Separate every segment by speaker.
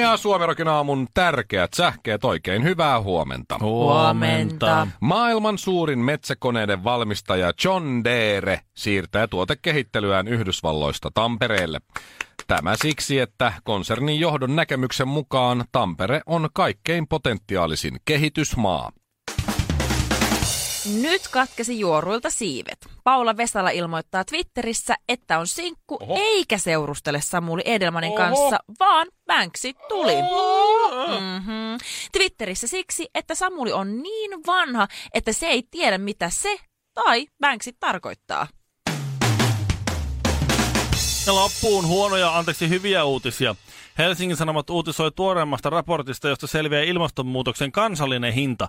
Speaker 1: Ja Suomerokin aamun tärkeät sähkeet, oikein hyvää huomenta.
Speaker 2: Huomenta.
Speaker 1: Maailman suurin metsäkoneiden valmistaja John Deere siirtää tuotekehittelyään Yhdysvalloista Tampereelle. Tämä siksi, että konsernin johdon näkemyksen mukaan Tampere on kaikkein potentiaalisin kehitysmaa.
Speaker 2: Nyt katkesi juoruilta siivet. Paula Vesala ilmoittaa Twitterissä, että on sinkku Oho. eikä seurustele Samuli Edelmanin Oho. kanssa, vaan Banksi tuli. Mm-hmm. Twitterissä siksi, että Samuli on niin vanha, että se ei tiedä mitä se tai Banksi tarkoittaa.
Speaker 3: Ja loppuun huonoja, anteeksi hyviä uutisia. Helsingin Sanomat uutisoi tuoreimmasta raportista, josta selviää ilmastonmuutoksen kansallinen hinta.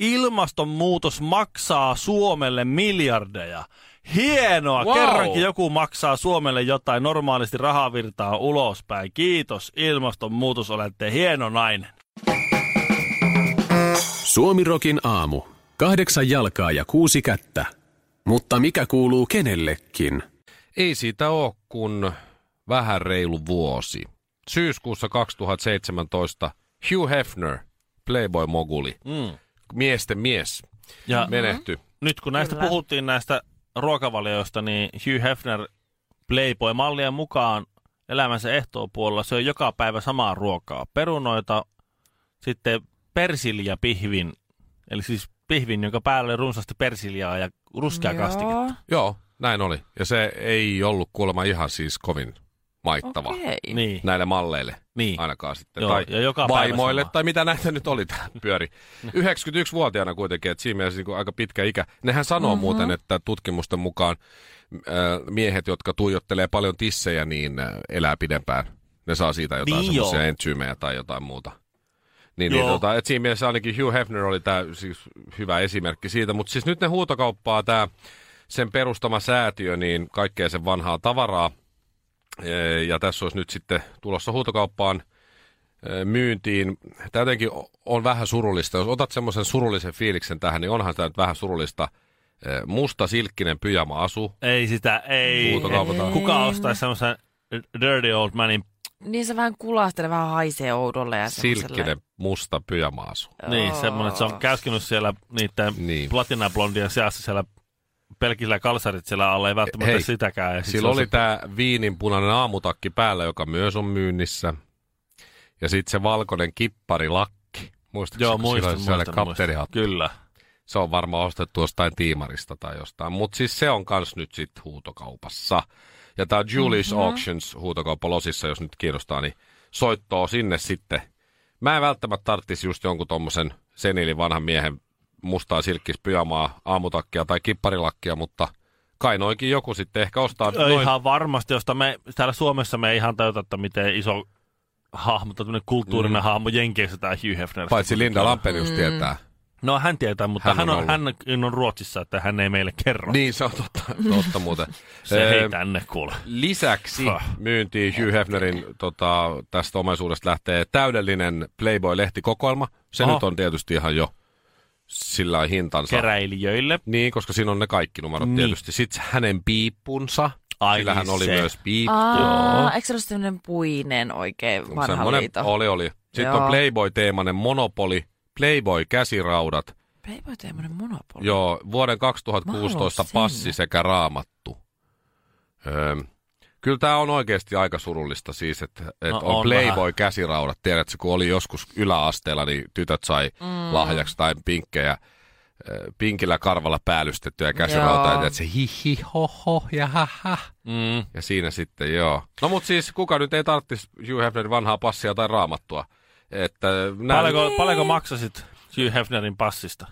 Speaker 3: Ilmastonmuutos maksaa Suomelle miljardeja. Hienoa!
Speaker 1: Wow.
Speaker 3: Wow. Kerrankin joku maksaa Suomelle jotain normaalisti rahavirtaa ulospäin. Kiitos ilmastonmuutos, olette hieno nainen.
Speaker 4: Suomirokin aamu. Kahdeksan jalkaa ja kuusi kättä. Mutta mikä kuuluu kenellekin?
Speaker 1: Ei siitä ole kun vähän reilu vuosi. Syyskuussa 2017 Hugh Hefner, Playboy-moguli,
Speaker 3: Mm.
Speaker 1: miesten mies,
Speaker 3: Ja
Speaker 1: menehtyi.
Speaker 3: nyt kun näistä
Speaker 2: Kyllä.
Speaker 3: puhuttiin näistä ruokavalioista, niin Hugh Hefner Playboy mallien mukaan elämänsä ehtoopuolella syö joka päivä samaa ruokaa. Perunoita, sitten persilja pihvin, eli siis pihvin, jonka päällä oli runsaasti persiljaa ja ruskea kastiketta.
Speaker 1: Joo, näin oli. Ja se ei ollut kuulemma ihan siis kovin maittava
Speaker 2: Okei. Okay.
Speaker 3: Niin.
Speaker 1: näille malleille
Speaker 3: Niin.
Speaker 1: ainakaan sitten.
Speaker 3: Joo,
Speaker 1: tai
Speaker 3: ja joka päivä
Speaker 1: vaimoille,
Speaker 3: sama.
Speaker 1: tai mitä näitä nyt oli tämä pyöri. 91-vuotiaana kuitenkin, että siinä mielessä niin kuin aika pitkä ikä. Nehän sanoo mm-hmm. muuten, että tutkimusten mukaan äh, miehet, jotka tuijottelee paljon tissejä, niin äh, elää pidempään. Ne saa siitä jotain
Speaker 3: Niin
Speaker 1: niin
Speaker 3: joo.
Speaker 1: semmoisia entsyymejä tai jotain muuta. Niin,
Speaker 3: Joo.
Speaker 1: niin tota, et siinä mielessä ainakin Hugh Hefner oli tää, siis hyvä esimerkki siitä, mutta siis nyt ne huutokauppaa tämä sen perustama säätiö, niin kaikkea sen vanhaa tavaraa. Ee, Ja tässä olisi nyt sitten tulossa huutokauppaan ee, myyntiin. Tämä jotenkin o- on vähän surullista. Jos otat semmoisen surullisen fiiliksen tähän, niin onhan tämä nyt vähän surullista. Ee, Musta silkkinen pyjama-asu.
Speaker 3: Ei sitä, ei.
Speaker 1: Huutokaupataan.
Speaker 3: Kuka ostaisi semmoisen dirty old manin?
Speaker 2: Niin se vähän kulastelee, vähän haisee oudolle. Ja
Speaker 1: Silkkinen musta pyjama-asu.
Speaker 2: semmoselle.
Speaker 3: Niin,
Speaker 2: Joo.
Speaker 3: semmoinen, että se on käskenyt siellä niiden
Speaker 1: Niin.
Speaker 3: niin. platinablondien seassa siellä pelkillä kalsarit siellä alla, ei välttämättä
Speaker 1: Hei,
Speaker 3: Hei, sitäkään. Ja sit
Speaker 1: Sillä
Speaker 3: se on se-
Speaker 1: oli tämä viininpunainen aamutakki päällä, joka myös on myynnissä. Ja sitten se valkoinen kipparilakki. Muistatko, kun
Speaker 3: Joo,
Speaker 1: sillä
Speaker 3: muistan,
Speaker 1: oli sellainen
Speaker 3: muistan, muistan.
Speaker 1: kapteenihattu?
Speaker 3: Kyllä.
Speaker 1: Se on varmaan ostettu jostain tiimarista tai jostain. Mutta siis se on kans nyt sitten huutokaupassa. Ja tämä Julius mm-hmm. Auctions huutokauppa Losissa, jos nyt kiinnostaa, niin soittoo sinne sitten. Mä en välttämättä tarttisi just jonkun tommosen senilin vanhan miehen mustaa silkkispyjamaa, aamutakkia tai kipparilakkia, mutta kai noinkin joku sitten ehkä ostaa
Speaker 3: Ö,
Speaker 1: No noin
Speaker 3: Ihan varmasti, josta me täällä Suomessa me ei ihan tajuta, että miten iso hahmo, tämmöinen kulttuurinen mm. hahmo Jenkeissä tämä Hugh Hefner.
Speaker 1: Paitsi Linda Lampenius mm. tietää.
Speaker 3: No hän tietää, mutta
Speaker 1: Hän
Speaker 3: hän,
Speaker 1: on
Speaker 3: hän, on, hän on Ruotsissa, että hän ei meille kerro.
Speaker 1: Niin, se on totta, totta muuten.
Speaker 3: Se
Speaker 1: Ee,
Speaker 3: ei tänne kuule.
Speaker 1: Lisäksi
Speaker 3: Häh.
Speaker 1: myyntiin Hugh Hefnerin tota, tästä omaisuudesta lähtee täydellinen Playboy-lehtikokoelma. Se
Speaker 3: Oho.
Speaker 1: nyt on tietysti ihan jo sillä lailla hintansa.
Speaker 3: Keräilijöille.
Speaker 1: Niin, koska siinä on ne kaikki numerot niin.
Speaker 3: Niin.
Speaker 1: tietysti. Sitten hänen piippunsa.
Speaker 3: Ai
Speaker 1: Sillä hän
Speaker 3: niin
Speaker 1: oli
Speaker 3: se.
Speaker 1: myös piippu.
Speaker 2: Aa, eikö se ole semmoinen puinen oikein vanha
Speaker 1: Semmonen-
Speaker 2: liito?
Speaker 1: Oli, oli. Sitten Joo.
Speaker 2: Joo.
Speaker 1: on Playboy-teemainen monopoli, Playboy-käsiraudat,
Speaker 2: Playboy tämmöinen monopoli.
Speaker 1: Joo, vuoden 2016
Speaker 2: Mä haluan
Speaker 1: passi
Speaker 2: sinne.
Speaker 1: sekä raamattu. Öö, kyllä tämä on oikeasti aika surullista siis, että et
Speaker 3: No,
Speaker 1: on,
Speaker 3: on
Speaker 1: Playboy-käsiraudat. Tiedätkö, kun oli joskus yläasteella, niin tytöt sai mm. lahjaksi tai pinkkejä ö, pinkillä karvalla päällystettyä käsirautaa,
Speaker 2: Joo.
Speaker 1: että se hi hi ho ho ja ha ha.
Speaker 3: Mm.
Speaker 1: Ja siinä sitten joo. No mut siis kuka nyt ei tarvitsisi Hugh Hefnerin vanhaa passia tai raamattua? Että nää
Speaker 3: Paljonko, paljonko maksasit Hugh Hefnerin passista?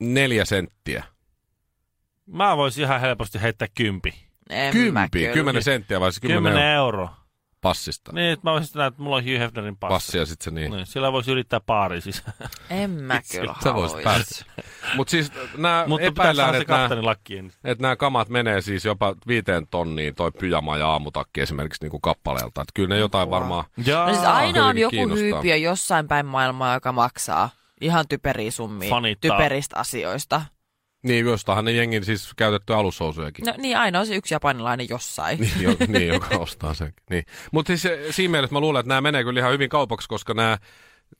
Speaker 1: neljä senttiä.
Speaker 3: Mä voisin ihan helposti heittää kympi.
Speaker 2: En mä
Speaker 1: Kympi,
Speaker 2: kyllä.
Speaker 1: kymmenen senttiä vai siis kymmenen
Speaker 3: Kymmenen euroa.
Speaker 1: Passista.
Speaker 3: Niin, että mä olisin näin, että mulla on Hugh Hefnerin passi.
Speaker 1: Passi ja sitten se niin.
Speaker 3: Niin, No, sillä voisi yrittää paari siis. sisään.
Speaker 2: En mä
Speaker 3: Niin.
Speaker 2: kyllä
Speaker 1: Sä voisit
Speaker 2: haluaisi.
Speaker 1: päästä. Mutta siis nämä
Speaker 3: Mutta
Speaker 1: epäillään,
Speaker 3: päästään se
Speaker 1: että nämä
Speaker 3: kapteenin lakkiin.
Speaker 1: että nämä kamat menee siis jopa viiteen tonniin, toi pyjama ja aamutakki esimerkiksi niin kuin kappaleelta. Että kyllä ne jotain varmaan...
Speaker 3: Jaa,
Speaker 2: No siis aina on
Speaker 1: Hyvinkin
Speaker 2: joku
Speaker 1: kiinnostaa.
Speaker 2: hyypiö jossain päin maailmaa, joka maksaa ihan typeriä summia,
Speaker 3: Fanittaa.
Speaker 2: typeristä asioista.
Speaker 1: Niin, jostahan ne jengin siis käytetty alushousujakin.
Speaker 2: No niin, aina on se yksi japanilainen jossain.
Speaker 1: Niin, jo, niin, joka ostaa sen. Niin. Mutta siis eh, siinä mielessä mä luulen, että nämä menee kyllä ihan hyvin kaupaksi, koska nämä,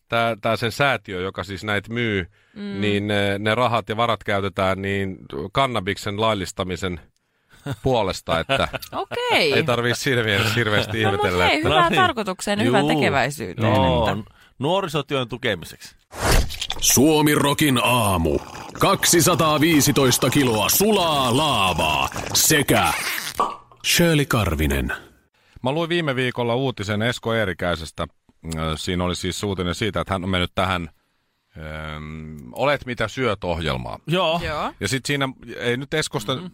Speaker 1: tää, tää sen säätiö, joka siis näitä myy, mm. niin ne, ne rahat ja varat käytetään niin kannabiksen laillistamisen puolesta, että
Speaker 2: Okei.
Speaker 1: ei tarvii siinä mielessä hirveästi
Speaker 2: No mut
Speaker 1: ihmetellä.
Speaker 2: hei,
Speaker 1: että-
Speaker 2: hyvään
Speaker 3: No niin.
Speaker 2: tarkoitukseen ja hyvään
Speaker 3: Juu.
Speaker 2: tekeväisyyteen.
Speaker 3: Joo, nuorisotyön tukemiseksi.
Speaker 4: Suomi Rokin aamu. 215 kiloa sulaa laavaa sekä Shirley Karvinen.
Speaker 1: Mä luin viime viikolla uutisen Esko Eerikäisestä. Ö, Siinä oli siis uutinen siitä, että hän on mennyt tähän öm, Olet mitä syöt ohjelmaan.
Speaker 3: Joo.
Speaker 2: Joo.
Speaker 1: Ja sitten siinä, ei nyt Eskosta, mm-hmm.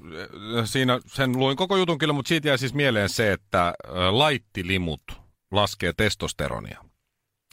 Speaker 1: siinä sen luin koko jutun kyllä, mutta siitä jäi siis mieleen se, että ö, laittilimut laskee testosteronia.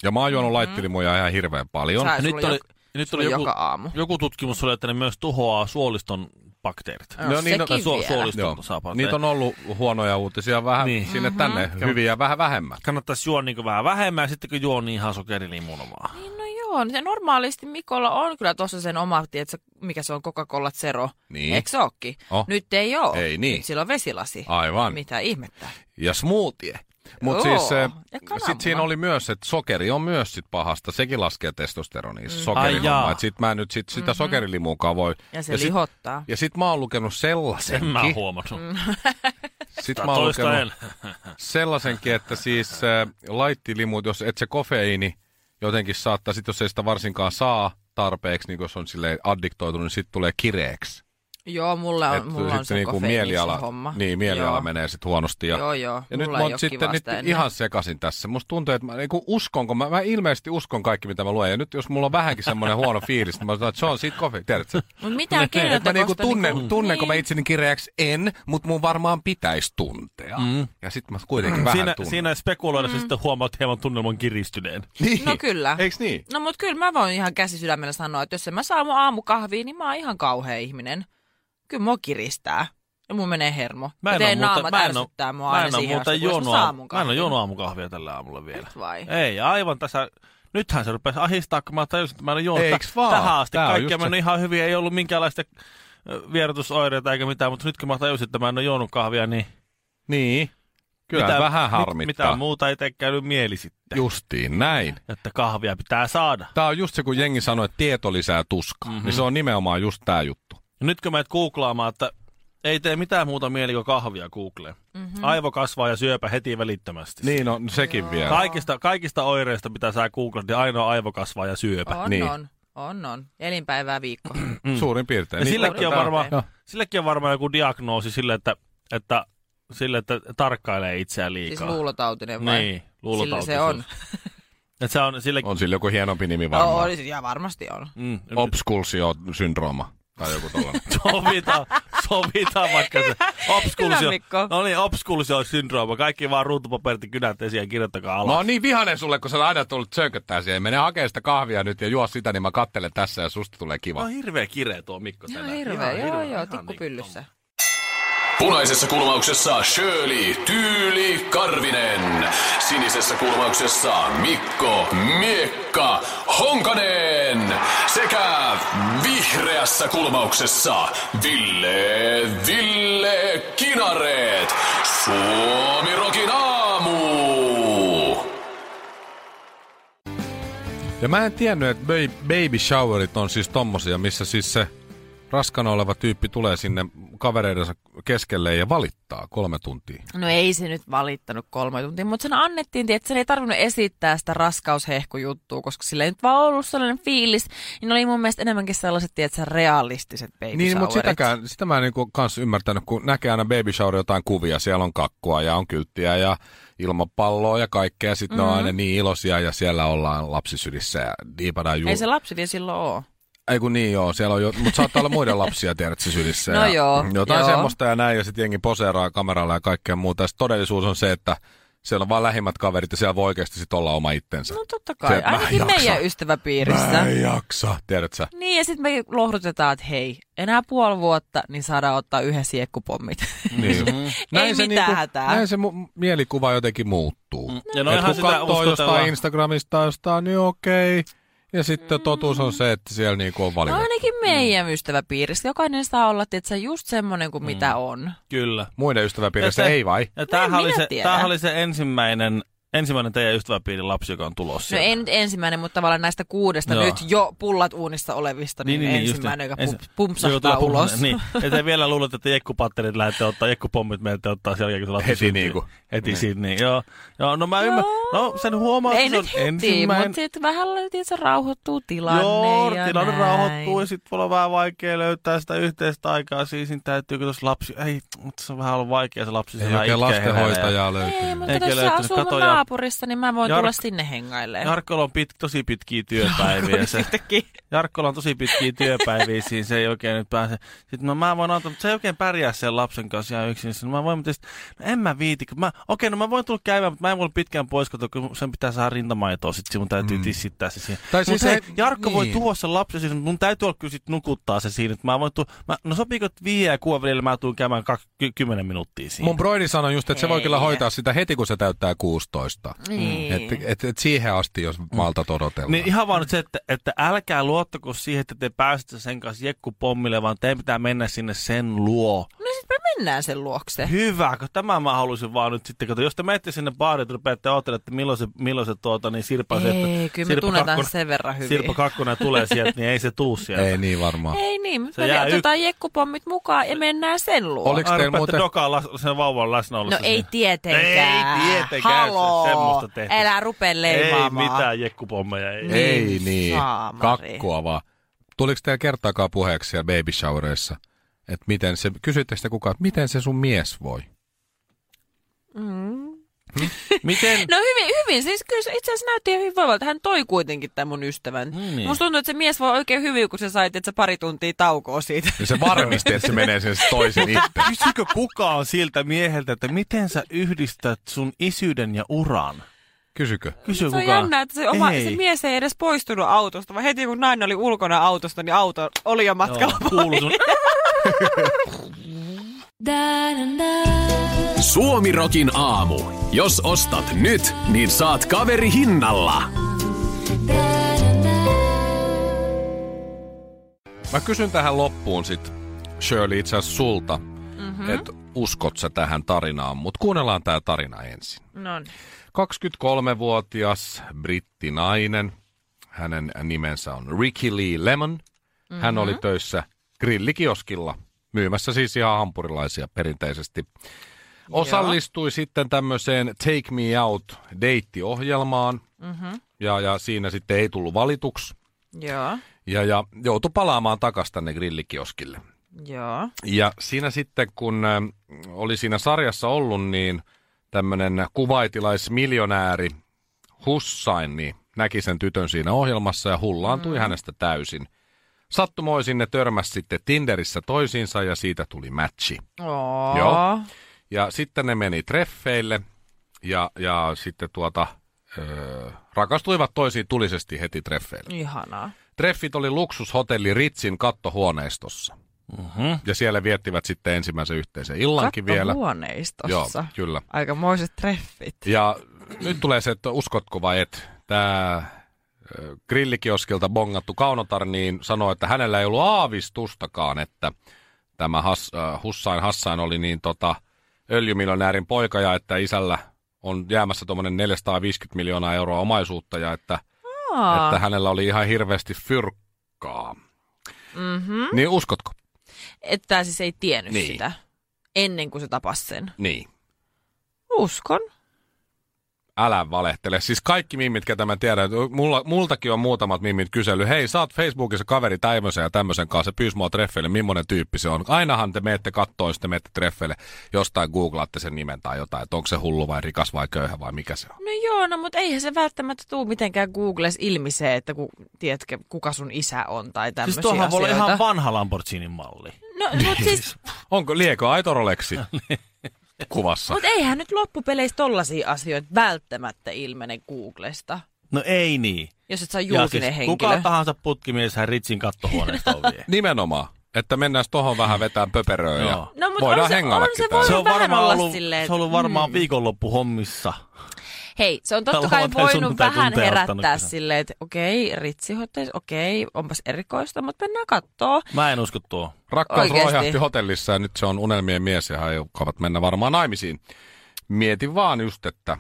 Speaker 1: Ja mä oon juonut mm-hmm. laittilimuja ihan hirveän paljon.
Speaker 2: Sä-
Speaker 3: Ja
Speaker 2: Ai,
Speaker 3: nyt
Speaker 2: sulla
Speaker 3: oli,
Speaker 2: joka-
Speaker 3: nyt
Speaker 2: sulla
Speaker 3: oli joku,
Speaker 2: joka aamu.
Speaker 3: joku tutkimus oli, että ne myös tuhoaa suoliston bakteerit. niin-
Speaker 2: No, sekin
Speaker 3: tai
Speaker 2: vielä.
Speaker 3: suoliston saapaat.
Speaker 1: Niitä on ollut huonoja uutisia vähän niin.
Speaker 3: Niin.
Speaker 1: sinne mm-hmm. tänne, hyviä vähän vähemmän.
Speaker 3: Kannattaisi juoda niin vähän vähemmän ja sitten kun juo, niin ihan sokerilimuun vaan.
Speaker 2: Niin, No joo, se normaalisti Mikolla on kyllä tuossa sen oma, tiedätkö, mikä se on Coca-Cola Zero.
Speaker 1: Niin.
Speaker 2: Eikö se ookin?
Speaker 1: Oh.
Speaker 2: Nyt ei oo.
Speaker 1: Ei niin.
Speaker 2: Nyt sillä on vesilasi.
Speaker 1: Aivan.
Speaker 2: Mitä ihmettä.
Speaker 1: ja smoothie. Mutta
Speaker 2: Joo,
Speaker 1: siis eh,
Speaker 2: ja kananmuna.
Speaker 1: sit siinä oli myös, että sokeri on myös sit pahasta. Sekin laskee testosteronia, mm.
Speaker 3: Ai jaa.
Speaker 1: sokerihomma. Et sit mä en nyt sit sitä mm-hmm. sokerilimuukaan voi.
Speaker 2: Ja se
Speaker 1: ja sit,
Speaker 2: lihottaa.
Speaker 1: ja sit mä oon lukenut
Speaker 3: Sen mä oon
Speaker 1: sellaisenkin,
Speaker 3: huomannut. Mm.
Speaker 1: sit mä oon
Speaker 3: Toista en.
Speaker 1: lukenut sellaisenkin, että siis äh, laittilimut, jos et se kofeiini jotenkin saattaa, sit jos ei sitä varsinkaan saa tarpeeksi, niin jos on sille addiktoitunut, niin sit tulee kireeksi.
Speaker 2: Joo, mulla on,
Speaker 1: Et
Speaker 2: mulla on se
Speaker 1: niinku
Speaker 2: kofeiini,
Speaker 1: mieliala,
Speaker 2: se homma.
Speaker 1: Niin, mieliala
Speaker 2: Joo.
Speaker 1: menee sit huonosti. Ja,
Speaker 2: Joo, joo.
Speaker 1: Ja nyt
Speaker 2: mulla
Speaker 1: mä
Speaker 2: ei oo
Speaker 1: oon sitten
Speaker 2: kivaa
Speaker 1: nyt
Speaker 2: sitä enää.
Speaker 1: ihan sekaisin tässä. Musta tuntuu, että mä niinku uskonko, mä, mä ilmeisesti uskon kaikki, mitä mä luen. Ja nyt jos mulla on vähänkin semmoinen huono fiilis, niin mä sanon, että se on siitä kofi, tiedätkö?
Speaker 2: Mut mitään
Speaker 1: Et
Speaker 2: keinotekosta
Speaker 1: mä niinku tunnen,
Speaker 2: niinku-
Speaker 1: tunnenko
Speaker 2: niin.
Speaker 1: mä itseni kireäksi? En, mutta mun varmaan pitäisi tuntea. Mm. Ja sit mä kuitenkin vähän
Speaker 3: Siinä,
Speaker 1: tunnen.
Speaker 3: siinä spekuloida mm. sitten huomaat hieman tunnelman kiristyneen.
Speaker 1: Niin.
Speaker 2: No kyllä.
Speaker 1: Eiks niin?
Speaker 2: No mut kyllä mä voin ihan käsi sydämellä sanoa, että jos en mä saa mun aamukahvia, niin mä oon ihan kauhea ihminen. Kyllä mua kiristää. Ja mun menee hermo.
Speaker 3: Mä en oo
Speaker 2: Joten naamat
Speaker 3: mä en oo-
Speaker 2: ärsyttää mua
Speaker 3: mä
Speaker 2: aina
Speaker 3: en oo
Speaker 2: siihen, asti,
Speaker 3: muuten
Speaker 2: kunnes mä
Speaker 3: juonut,
Speaker 2: saan
Speaker 3: aamu-
Speaker 2: mun
Speaker 3: mä en ole
Speaker 2: kahvin.
Speaker 3: juonut aamukahvia tällä aamulla vielä.
Speaker 2: Et vai?
Speaker 3: Ei, aivan tässä. Nythän se rupesi ahistaa, kun mä tajusin, että mä en juonut
Speaker 1: Eiks vaan?
Speaker 3: tähän asti.
Speaker 1: Tää on
Speaker 3: Kaikki
Speaker 1: just
Speaker 3: on mennyt ihan hyvin, ei ollut minkäänlaista ö, vierotusoireita eikä mitään, mutta nyt kun mä tajusin, että mä en ole juonut kahvia, niin
Speaker 1: Niin. Kyllä mitä, vähän
Speaker 3: Mit,
Speaker 1: harmittaa.
Speaker 3: mitään muuta ei tee käynyt mieli sitten,
Speaker 1: Justiin näin.
Speaker 3: että kahvia pitää saada.
Speaker 1: Tää on just se, kun jengi sanoi, että tieto lisää tuskaa. Mm-hmm. Niin se on nimenomaan just tää juttu.
Speaker 3: Ja nyt kun menet googlaamaan, että ei tee mitään muuta mieli kuin kahvia Googleen.
Speaker 2: Mhm.
Speaker 3: Mm-hmm. Aivo kasvaa ja syöpä heti välittömästi.
Speaker 1: Niin on, sekin Joo. vielä.
Speaker 3: Kaikista, kaikista oireista, mitä sä googlat, niin ainoa aivo kasvaa ja syöpä.
Speaker 2: On,
Speaker 1: Niin.
Speaker 2: on. On, on. Elinpäivää viikko.
Speaker 1: Mm. Suurin piirtein.
Speaker 3: Ja silläkin on,
Speaker 2: Niin.
Speaker 1: tää-
Speaker 3: varmaan,
Speaker 1: Joo.
Speaker 3: silläkin on varmaan joku diagnoosi sille, että, että, sille, että tarkkailee itseään
Speaker 2: siis
Speaker 3: liikaa.
Speaker 2: luulotautinen vai?
Speaker 3: niin, luulotauti.
Speaker 2: Sillä se on.
Speaker 3: Että se on sille...
Speaker 1: On sillä joku hienompi nimi varmaan.
Speaker 2: Oh, olisi, ja varmasti on.
Speaker 3: Mm,
Speaker 1: Obskulsio-syndrooma tai joku tollainen.
Speaker 3: sovitaan, sovitaan vaikka se. Obskulsio.
Speaker 2: Hyvä, Mikko.
Speaker 3: No niin, obskulsio-syndrooma. Kaikki vaan ruutupaperit ja kynät esiin ja kirjoittakaa
Speaker 1: Mä
Speaker 3: alas.
Speaker 1: oon niin vihanen sulle, kun sä oot aina tullut tsönköttää siihen. Mene hakee sitä kahvia nyt ja juo sitä, niin mä kattelen tässä ja susta tulee kiva.
Speaker 3: No hirveä kireä tuo Mikko
Speaker 2: Joo,
Speaker 3: tänään.
Speaker 2: hirveä.
Speaker 3: Ihan
Speaker 2: Joo,
Speaker 3: hirveä.
Speaker 2: joo,
Speaker 3: Ihan
Speaker 2: tikku
Speaker 3: niin-
Speaker 2: pyllyssä.
Speaker 4: Punaisessa kulmauksessa Shirley Tyyli Karvinen. Sinisessä kulmauksessa Mikko Miekka Honkanen. Sekä vihreässä kulmauksessa Ville Ville Kinareet. Suomi Rokin aamu.
Speaker 1: Ja mä en tiennyt, että ba- baby showerit on siis tommosia, missä siis se raskana oleva tyyppi tulee sinne kavereidensa keskelle ja valittaa kolme tuntia.
Speaker 2: No ei se nyt valittanut kolme tuntia, mutta sen annettiin, että sen ei tarvinnut esittää sitä raskaushehkujuttua, koska sillä ei nyt vaan ollut sellainen fiilis, niin oli mun mielestä enemmänkin sellaiset, tiedätkö, realistiset baby
Speaker 1: Niin, mutta
Speaker 2: showerit.
Speaker 1: sitäkään, sitä mä en niinku kans ymmärtänyt, kun näkee aina baby shower jotain kuvia, siellä on kakkua ja on kylttiä ja ilmapalloa ja kaikkea, sitten mm-hmm. ne on aina niin iloisia ja siellä ollaan lapsisydissä ja diipadaan juu.
Speaker 2: Ei se lapsi vielä silloin ole.
Speaker 1: Ei kun niin joo, siellä on jo, mutta saattaa olla muiden lapsia, tiedät sä sylissä.
Speaker 2: No
Speaker 1: ja
Speaker 2: joo,
Speaker 1: Jotain
Speaker 2: joo.
Speaker 1: semmoista ja näin, ja sitten jengi poseeraa kameralla ja kaikkea muuta. Ja sit todellisuus on se, että siellä on vaan lähimmät kaverit ja siellä voi oikeasti sit olla oma itsensä.
Speaker 2: No totta
Speaker 1: Se,
Speaker 2: kai,
Speaker 1: että mä en
Speaker 2: ainakin
Speaker 1: jaksa.
Speaker 2: meidän ystäväpiirissä.
Speaker 1: Mä en jaksa, tiedät sä.
Speaker 2: Niin, ja sitten me lohdutetaan, että hei, enää puoli vuotta, niin saadaan ottaa yhden No, siekkupommit.
Speaker 1: Niin.
Speaker 2: Ei mitään
Speaker 1: niinku-
Speaker 2: hätää.
Speaker 1: Näin se mu- mielikuva jotenkin muuttuu. Mm.
Speaker 3: Ja
Speaker 1: No,
Speaker 3: no ihan
Speaker 1: kun
Speaker 3: sitä
Speaker 1: katsoo jostain
Speaker 3: uskotellaan.
Speaker 1: Instagramista jostain, niin okei. Ja
Speaker 2: Mm.
Speaker 1: sitten totuus on se, että siellä niinku on
Speaker 2: No
Speaker 1: valinta.
Speaker 2: ainakin meidän ystäväpiirissä. Jokainen saa olla, että se just semmoinen
Speaker 1: Mm.
Speaker 2: kuin mitä on.
Speaker 3: Kyllä.
Speaker 1: Muiden ystäväpiirissä
Speaker 3: Ja se-
Speaker 1: ei vai?
Speaker 3: Ja
Speaker 2: No minä
Speaker 3: tämähän oli, se,
Speaker 2: tiedä.
Speaker 3: tämähän oli se ensimmäinen, ensimmäinen teidän ystäväpiirin lapsi, joka on tulossa.
Speaker 2: No ei nyt ensimmäinen, mutta tavallaan näistä kuudesta
Speaker 3: Joo.
Speaker 2: nyt jo pullat uunissa olevista, niin, niin,
Speaker 3: just
Speaker 2: ensimmäinen, joka
Speaker 3: niin.
Speaker 2: pum-
Speaker 3: Ensi- Joo,
Speaker 2: pumpsahtaa
Speaker 3: tulee pum-
Speaker 2: ulos.
Speaker 3: Niin. Ja te vielä luulet, että jekkupatterit lähdette ottaa, jekkupommit menette ottaa sen jälkeen, kun se lapsi
Speaker 1: Heti
Speaker 3: syntyy.
Speaker 1: niinku.
Speaker 3: Heti niin. siitä, niin joo. joo. no mä ymmärrän. No sen huomaa,
Speaker 2: Ei
Speaker 3: että se on
Speaker 2: nyt heti,
Speaker 3: ensimmäinen.
Speaker 2: mutta sitten vähän löytiin se rauhoittuu tilanne
Speaker 3: Joo,
Speaker 2: ja
Speaker 3: tilanne
Speaker 2: näin.
Speaker 3: rauhoittuu ja sitten voi olla vähän vaikea löytää sitä yhteistä aikaa. Siis siinä täytyy, kun tuossa lapsi, ei, mutta se on vähän ollut vaikea se lapsi. se
Speaker 1: Ei
Speaker 3: vähän
Speaker 1: oikein
Speaker 3: itkee herää ja-
Speaker 1: lastenhoitajaa löytyy.
Speaker 2: Ei, Niin, mutta
Speaker 3: Eikä
Speaker 2: jos se
Speaker 3: löytynyt.
Speaker 2: asuu mun
Speaker 3: Kato, ja-
Speaker 2: naapurissa, niin mä voin
Speaker 3: Jark-
Speaker 2: tulla sinne hengailemaan.
Speaker 3: Jarkkola on pit, tosi pitkiä työpäiviä. Se, Jarkkola on tosi pitkiä työpäiviä, siinä se ei oikein nyt pääse. Sitten no, mä voin antaa, mutta se ei oikein pärjää sen lapsen kanssa ihan yksin. Sitten mä voin, mutta sitten, no, en mä viiti. kun Mä, okei, no mä voin tulla käymään, mutta mä en voi olla pitkään pois, kato, kun sen pitää saada rintamaitoa. Sitten se mun täytyy mm. tissittää se siihen.
Speaker 1: Tai
Speaker 3: Mut
Speaker 1: siis
Speaker 3: hei,
Speaker 1: ei-
Speaker 3: Jarkko voi
Speaker 1: niin.
Speaker 3: tuoda sen lapsen siis mun täytyy olla kyllä sit nukuttaa se siinä. Että mä voin tulla, mä, no sopiiko, että viiden ja kuuden välillä mä tuun käymään kak- ky- kymmenen minuuttia siinä.
Speaker 1: Mun broidi sanoi just, että se voi
Speaker 2: Ei.
Speaker 1: kyllä hoitaa sitä heti, kun se täyttää 16.
Speaker 2: Niin.
Speaker 1: Et, et, et siihen asti, jos malta odotella.
Speaker 3: Niin ihan vaan nyt se, että, että älkää luottako siihen, että te pääsette sen kanssa jekkupommille, vaan teidän pitää mennä sinne sen luo.
Speaker 2: No sitten me mennään sen luokse.
Speaker 3: Hyvä, kun tämä mä halusin vaan nyt sitten, kato, jos te menette sinne baariin, te rupeatte odottelemaan, että milloin se, milloin se tuota, niin Sirpa se, että
Speaker 2: Ei, kyllä me
Speaker 3: Sirpa
Speaker 2: tunnetaan
Speaker 3: Kakkonen-
Speaker 2: sen verran hyvin.
Speaker 3: Sirpa Kakkonen tulee sieltä, niin ei se tuu sieltä.
Speaker 1: Ei niin varmaan.
Speaker 2: Ei niin, mutta
Speaker 3: Se
Speaker 2: me
Speaker 3: jää
Speaker 2: jää otetaan jekkupommit mukaan ja mennään sen luo.
Speaker 1: Oliko
Speaker 3: Ai,
Speaker 1: teillä
Speaker 3: rupeatte
Speaker 1: muuten-
Speaker 3: dokaan las, sen vauvan läsnä niin-
Speaker 2: No ei tietenkään.
Speaker 3: No Ei tietenkään, se on
Speaker 2: Haloo.
Speaker 3: semmoista tehty.
Speaker 2: Älä rupee
Speaker 3: Ei
Speaker 2: leimaamaan.
Speaker 3: mitään jekkupommeja, ei.
Speaker 2: Niin,
Speaker 1: Ei niin,
Speaker 2: saamari.
Speaker 1: kakkua vaan. Tuliko teillä kertaakaan puheeksi siellä baby showerissa, että miten se, kysyttekö sitä kukaan, että miten se sun mies voi?
Speaker 3: Miten?
Speaker 2: No hyvin, hyvin. Siis kyllä se itse asiassa näytti ihan hyvin voivalta. Hän toi kuitenkin tämän mun ystävän.
Speaker 1: No
Speaker 3: Niin.
Speaker 2: Musta tuntuu, että se mies voi oikein hyvin, kun sä sait, että sä pari tuntia taukoa siitä.
Speaker 1: Ja se varmisti, että se menee sen toisen itse.
Speaker 3: Kysykö kukaan siltä mieheltä, että miten sä yhdistät sun isyyden ja uran?
Speaker 1: Kysykö?
Speaker 3: Kysy
Speaker 2: Se on
Speaker 3: kukaan.
Speaker 2: jännä, että se, oma,
Speaker 3: Ei.
Speaker 2: se mies ei edes poistunut autosta, vaan heti kun nainen oli ulkona autosta, niin auto oli jo matkalla.
Speaker 3: Joo, kuuluu sun... Siis
Speaker 4: Suomirokin aamu. Jos ostat nyt, niin saat kaveri hinnalla.
Speaker 1: Mä kysyn tähän loppuun sit, Shirley, itse asiassa sulta, mm-hmm. että uskot sä tähän tarinaan, mutta kuunnellaan tää tarina ensin.
Speaker 2: No
Speaker 1: 23-vuotias brittinainen. Hänen nimensä on Ricky Lee Lemon. Hän oli töissä grillikioskilla myymässä siis ihan hampurilaisia perinteisesti. Osallistui sitten tämmöiseen Take Me Out deittiohjelmaan mm-hmm. ja, ja siinä sitten ei tullut valituksi
Speaker 2: Joo,
Speaker 1: ja, ja joutui palaamaan takaisin tänne grillikioskille.
Speaker 2: joo.
Speaker 1: Ja siinä sitten, kun ä, oli siinä sarjassa ollut, niin tämmöinen kuvaitilaismiljonääri Hussain niin näki sen tytön siinä ohjelmassa ja hullaantui mm. hänestä täysin. Sattumoisin ne törmäsi sitten Tinderissä toisiinsa ja siitä tuli matchi.
Speaker 2: Oo.
Speaker 1: Joo. Ja sitten ne meni treffeille ja, ja sitten tuota, ö, rakastuivat toisiin tulisesti heti treffeille.
Speaker 2: Ihanaa.
Speaker 1: Treffit oli luksushotelli Ritsin kattohuoneistossa.
Speaker 3: Mhm.
Speaker 1: Ja siellä viettivät sitten ensimmäisen yhteisen illankin vielä.
Speaker 2: Kattohuoneistossa.
Speaker 1: Joo, kyllä.
Speaker 2: Aikamoiset treffit.
Speaker 1: Ja nyt tulee se, että uskotko vai et. Tämä grillikioskilta bongattu Kaunotar niin sanoi, että hänellä ei ollut aavistustakaan, että tämä has, äh, Hussain Hassain oli niin tota, öljymiljonäärin poika ja että isällä on jäämässä tuommoinen 450 miljoonaa euroa omaisuutta ja että, että hänellä oli ihan hirveästi fyrkkaa. Mm-hmm. Niin uskotko?
Speaker 2: Että tää siis ei tiennyt
Speaker 1: Niin.
Speaker 2: niin. sitä ennen kuin se tapasi sen.
Speaker 1: Niin.
Speaker 2: Uskon.
Speaker 1: Älä valehtele. Siis kaikki mimmit, ketä mä tiedän, mulla, multakin on muutamat mimmit kysely. Hei, sä oot Facebookissa kaveri tämmöisen ja tämmöisen kanssa, se pyysi mua treffeille, millainen tyyppi se on. Ainahan te menette kattoon, jos te menette treffeille, jostain googlaatte sen nimen tai jotain, että onko se hullu vai rikas vai köyhä vai mikä se on.
Speaker 2: No joo, no mutta eihän se välttämättä tuu mitenkään Googles ilmi se, että ku, tiedätkö, kuka sun isä on tai
Speaker 3: Siis
Speaker 2: tämmöisiä
Speaker 3: tuohan voi olla
Speaker 2: asioita.
Speaker 3: ihan vanha Lamborghinin malli.
Speaker 2: No, mut siis,
Speaker 1: Onko lieko aito Rolexi? kuvassa.
Speaker 2: Mutta eihän nyt loppupeleissä tollaisia asioita välttämättä ilmene Googlesta,
Speaker 3: No ei niin.
Speaker 2: jos et saa
Speaker 3: Ja
Speaker 2: julkinen
Speaker 3: siis
Speaker 2: henkilö.
Speaker 3: kuka tahansa putkimies hän Ritsin kattohuoneesta on vie.
Speaker 1: Nimenomaan. Että mennään tohon vähän vetään pöperöä ja
Speaker 3: Joo.
Speaker 2: No, mut
Speaker 1: voidaan
Speaker 2: on se-
Speaker 1: hengaillakin
Speaker 2: on se
Speaker 1: täällä.
Speaker 2: voi-
Speaker 3: Se on
Speaker 2: vähän
Speaker 3: varmaan
Speaker 2: olla
Speaker 3: ollut,
Speaker 2: silleen, mm.
Speaker 3: se on ollut varmaan viikonloppuhommissa.
Speaker 2: Hei, se on totta kai
Speaker 3: Lauantai,
Speaker 2: voinut
Speaker 3: sunnuntai
Speaker 2: vähän
Speaker 3: tunteja
Speaker 2: herättää
Speaker 3: ottanut kyllä.
Speaker 2: silleen, että okei, ritsihoitaja, okei, onpas erikoista, mutta mennään kattoo.
Speaker 3: Mä en usko tuo.
Speaker 1: Rakkaus
Speaker 2: Oikeesti.
Speaker 1: roihahti hotellissa ja nyt se on unelmien mies ja he ukavat mennä varmaan naimisiin. Mietin vaan just, että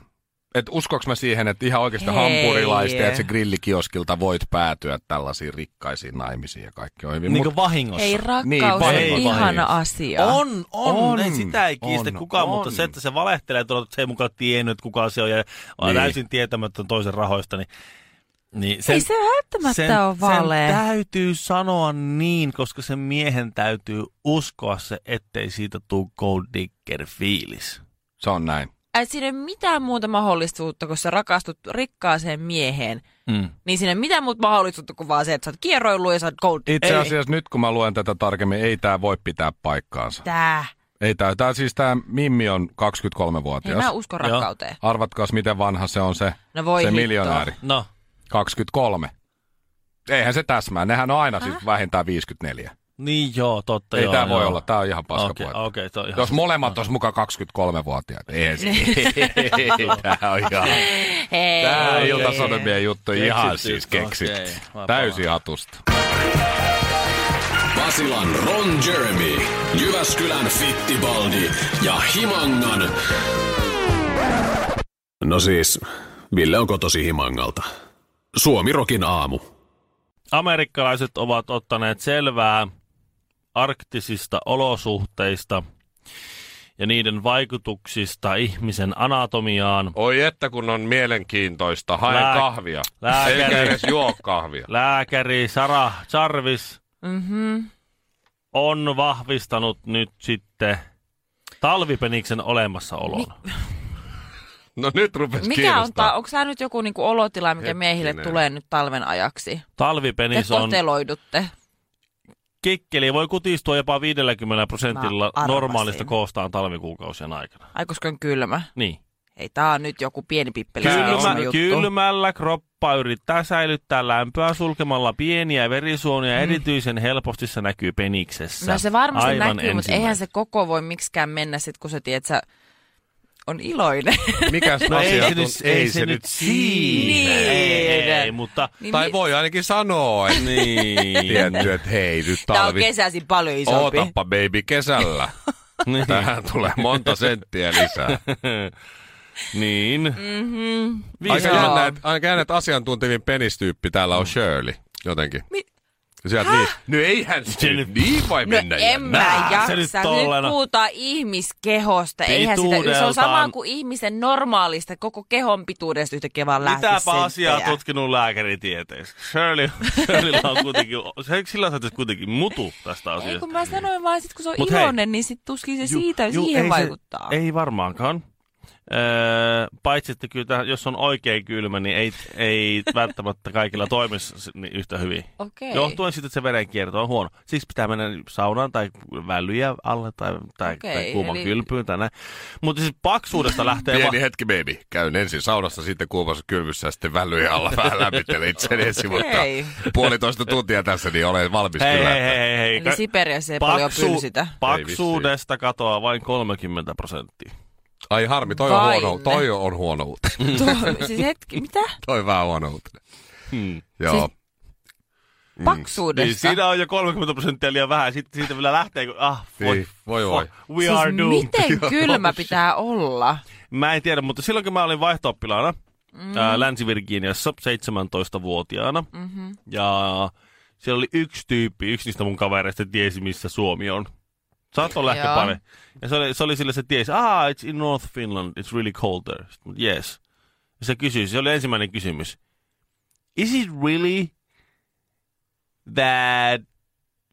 Speaker 1: et uskoks mä siihen, että ihan oikeasta
Speaker 2: Hei.
Speaker 1: hampurilaista ja että se grillikioskilta voit päätyä tällaisiin rikkaisiin naimisiin ja kaikki on hyvin.
Speaker 3: Niin
Speaker 1: Niin
Speaker 3: kuin vahingossa.
Speaker 2: Ei
Speaker 1: Niin,
Speaker 2: rakkaus on
Speaker 3: vahinko,
Speaker 2: ihana
Speaker 1: vahinko.
Speaker 2: asia.
Speaker 3: On,
Speaker 1: On,
Speaker 3: on, on, ei sitä ei kiistä
Speaker 1: on,
Speaker 3: kukaan,
Speaker 1: on.
Speaker 3: mutta se, että se valehtelee tuolla, että se ei mukaan tiennyt, että kuka se on ja on
Speaker 1: Niin.
Speaker 3: täysin tietämätön toisen rahoista, niin, niin
Speaker 2: Ei se välttämättä ole valee.
Speaker 3: Sen täytyy sanoa niin, koska sen miehen täytyy uskoa se, ettei siitä tule gold digger fiilis.
Speaker 1: se on näin.
Speaker 2: Et siinä ei ole mitään muuta mahdollisuutta, kun sä rakastut rikkaaseen mieheen,
Speaker 3: Mm.
Speaker 2: niin siinä ei ole mitään muuta mahdollisuutta kuin vaan se, että sä oot kieroillut ja sä oot gold.
Speaker 1: Itse
Speaker 2: Ei.
Speaker 1: asiassa nyt kun mä luen tätä tarkemmin, ei tämä voi pitää paikkaansa.
Speaker 2: Tää.
Speaker 1: Ei tää, tää siis tämä Mimmi on
Speaker 2: Hei, mä
Speaker 1: 23-vuotias.
Speaker 2: uskon
Speaker 3: Joo.
Speaker 2: rakkauteen.
Speaker 1: Arvatkaas miten vanha se on se,
Speaker 2: No voi
Speaker 1: se
Speaker 2: hittoa.
Speaker 1: miljonääri.
Speaker 3: No,
Speaker 1: 23. Eihän se täsmää. Nehän on aina siis vähintään 54.
Speaker 3: niin joo, totta
Speaker 1: Ei
Speaker 3: joo.
Speaker 1: tämä voi
Speaker 3: joo.
Speaker 1: olla. Tämä on ihan
Speaker 3: Okei,
Speaker 1: paskapuhetta.
Speaker 3: okei, se on ihan...
Speaker 1: Jos molemmat olisi muka 23-vuotiaat. Ei se. Tämä on ihan...
Speaker 2: Hei.
Speaker 1: Tämä
Speaker 3: Ei,
Speaker 1: iltasanomien juttu
Speaker 3: Keksitty
Speaker 1: ihan siis
Speaker 3: juttu,
Speaker 1: keksit.
Speaker 3: okei. Vapaa.
Speaker 1: Täysin hatusta.
Speaker 4: Basilan Ron Jeremy, Jyväskylän Fittibaldi ja Himangan... No siis, Ville onko tosi Himangalta? Suomirokin aamu.
Speaker 3: amerikkalaiset ovat ottaneet selvää arktisista olosuhteista ja niiden vaikutuksista ihmisen anatomiaan.
Speaker 5: Oi että kun on mielenkiintoista. Haen
Speaker 3: Lää-
Speaker 5: kahvia.
Speaker 3: lääkäri.
Speaker 5: Eikä edes juo kahvia.
Speaker 3: Lääkäri Sara Jarvis
Speaker 2: Mm-hmm.
Speaker 3: on vahvistanut nyt sitten talvipeniksen
Speaker 2: Niin,
Speaker 3: olemassaolon.
Speaker 5: No nyt rupes
Speaker 2: Mikä on, ta-
Speaker 5: kiinnostaa.
Speaker 2: onko tämä nyt joku niinku olotila, mikä miehille
Speaker 5: Hetkinen.
Speaker 2: tulee nyt talven ajaksi? Te
Speaker 3: Talvipenis Niin, on
Speaker 2: koteloidutte.
Speaker 3: kikkeli, voi kutistua jopa 50
Speaker 2: Mä
Speaker 3: prosentilla
Speaker 2: arvasin.
Speaker 3: normaalista koostaan talvikuukausien aikana.
Speaker 2: Ai, koska on kylmä.
Speaker 3: Niin.
Speaker 2: Ei, tää on nyt joku pieni pippeli.
Speaker 3: Kylmä,
Speaker 2: juttu.
Speaker 3: kylmällä kroppa yrittää säilyttää lämpöä sulkemalla pieniä verisuonia. Erityisen helposti se näkyy peniksessä.
Speaker 2: No se varmasti
Speaker 3: Aivan
Speaker 2: näkyy, mutta eihän se koko voi miksikään mennä sit, kun se, tiedät, sä on iloinen.
Speaker 1: Mikäs
Speaker 3: No ei
Speaker 1: asia
Speaker 3: se, nyt,
Speaker 1: tunt-
Speaker 3: ei se nyt siinä.
Speaker 2: Niin.
Speaker 3: Ei, ei, mutta...
Speaker 2: Niin
Speaker 1: Tai
Speaker 2: mi-
Speaker 1: voi ainakin sanoa, että
Speaker 3: Niin.
Speaker 1: tietty, että hei, nyt
Speaker 2: Tää on
Speaker 1: talvi.
Speaker 2: kesäisin paljon isompi.
Speaker 1: Ootappa baby kesällä.
Speaker 3: Niin.
Speaker 1: Tähän tulee monta senttiä lisää.
Speaker 3: niin. Mm-hmm.
Speaker 1: Aika
Speaker 2: Joo. Mm.
Speaker 1: jännä, että, aika jännä, että asiantuntevin penistyyppi täällä on Shirley jotenkin.
Speaker 2: Mi-
Speaker 1: Ja Sieltä niin, no eihän se
Speaker 3: Se
Speaker 1: nyt
Speaker 3: nyt-
Speaker 1: niin voi
Speaker 2: No
Speaker 1: mennä.
Speaker 2: en
Speaker 1: jännä.
Speaker 2: mä
Speaker 3: se nyt
Speaker 2: jaksa. Nyt
Speaker 3: tollena.
Speaker 2: puhutaan ihmiskehosta. Eihän sitä, se on
Speaker 3: Pituudeltaan.
Speaker 2: sama kuin ihmisen normaalista koko kehon pituudesta yhtäkkiä vaan
Speaker 3: Mitäpä
Speaker 2: lähti
Speaker 3: asiaa
Speaker 2: senttejä.
Speaker 3: tutkinut lääkäritieteissä? Shirley, Shirleylla on kuitenkin, se- sillä sä kuitenkin mutu tästä
Speaker 2: Ei
Speaker 3: asiasta.
Speaker 2: kun mä sanoin vaan, sit kun se on
Speaker 3: Mut hei.
Speaker 2: iloinen, niin sit tuskin se siitä, siihen
Speaker 3: ei
Speaker 2: vaikuttaa.
Speaker 3: Se, ei varmaankaan. Öö, paitsi, että kyllä tää- jos on oikein kylmä, niin ei, ei välttämättä kaikilla toimisi s- niin yhtä hyvin.
Speaker 2: Okei.
Speaker 3: Johtuen siitä, että se verenkierto on huono. Siksi pitää mennä saunaan tai välyjä alle tai, tai,
Speaker 2: Okei,
Speaker 3: tai kuuman
Speaker 2: eli-
Speaker 3: eli... kylpyyn tai näin. Mutta siis paksuudesta lähtee
Speaker 1: Pieni hetki, baby. Käyn ensin saunassa, sitten kuumassa kylvyssä ja sitten vällyjen alla vähän lämmittelen itseäni ensin, mutta
Speaker 2: Hei.
Speaker 1: puolitoista tuntia tässä, niin olen valmis
Speaker 3: Hei,
Speaker 1: kyllä.
Speaker 3: hei, hei, hei, hei.
Speaker 2: Eli Siperiassa ei paljon pylsitä.
Speaker 3: paksuudesta katoaa vain 30 prosenttia.
Speaker 1: Ai harmi, toi
Speaker 2: Vain.
Speaker 1: on huono, toi on huono uutinen.
Speaker 3: Mm.
Speaker 2: Tuo, siis hetki, mitä?
Speaker 1: toi on vähän huono uutinen.
Speaker 3: Hmm.
Speaker 1: Joo.
Speaker 2: Siis- Paksuudesta.
Speaker 3: Niin, siinä on jo 30 prosenttia liian vähän. Sitten siitä vielä lähtee, kun ah, voi,
Speaker 1: Niin, voi,
Speaker 3: fuck,
Speaker 1: voi.
Speaker 3: we are doomed.
Speaker 2: Siis Miten kylmä pitää olla?
Speaker 3: Mä en tiedä, mutta silloin kun mä olin vaihto-oppilaana mm. ää, Länsi-Virginiassa 17-vuotiaana, mm-hmm. ja siellä oli yksi tyyppi, yksi niistä mun kavereista tiesi, missä Suomi on. Saattoi lähteä
Speaker 2: Joo.
Speaker 3: pari. Ja se oli, se oli sillä se tiesi, ah, it's in North Finland, it's really cold there. Sitten, yes. Ja se kysyi, se oli ensimmäinen kysymys. Is it really that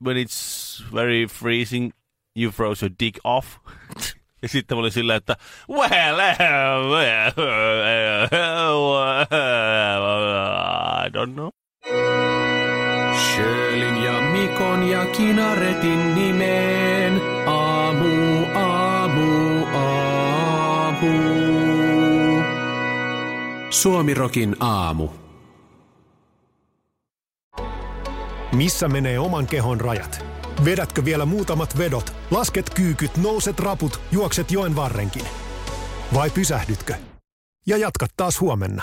Speaker 3: when it's very freezing, you froze your dick off? Ja sitten mä olin sillä, että well, eh, well, eh, well, I don't know.
Speaker 4: Sjölin ja Mikon ja Kinaretin nimeen. Aamu, aamu, aamu. kuuluu. Suomirokin aamu.
Speaker 6: Missä menee oman kehon rajat? Vedätkö vielä muutamat vedot, lasket kyykyt, nouset raput, juokset joen varrenkin? Vai pysähdytkö? Ja jatka taas huomenna.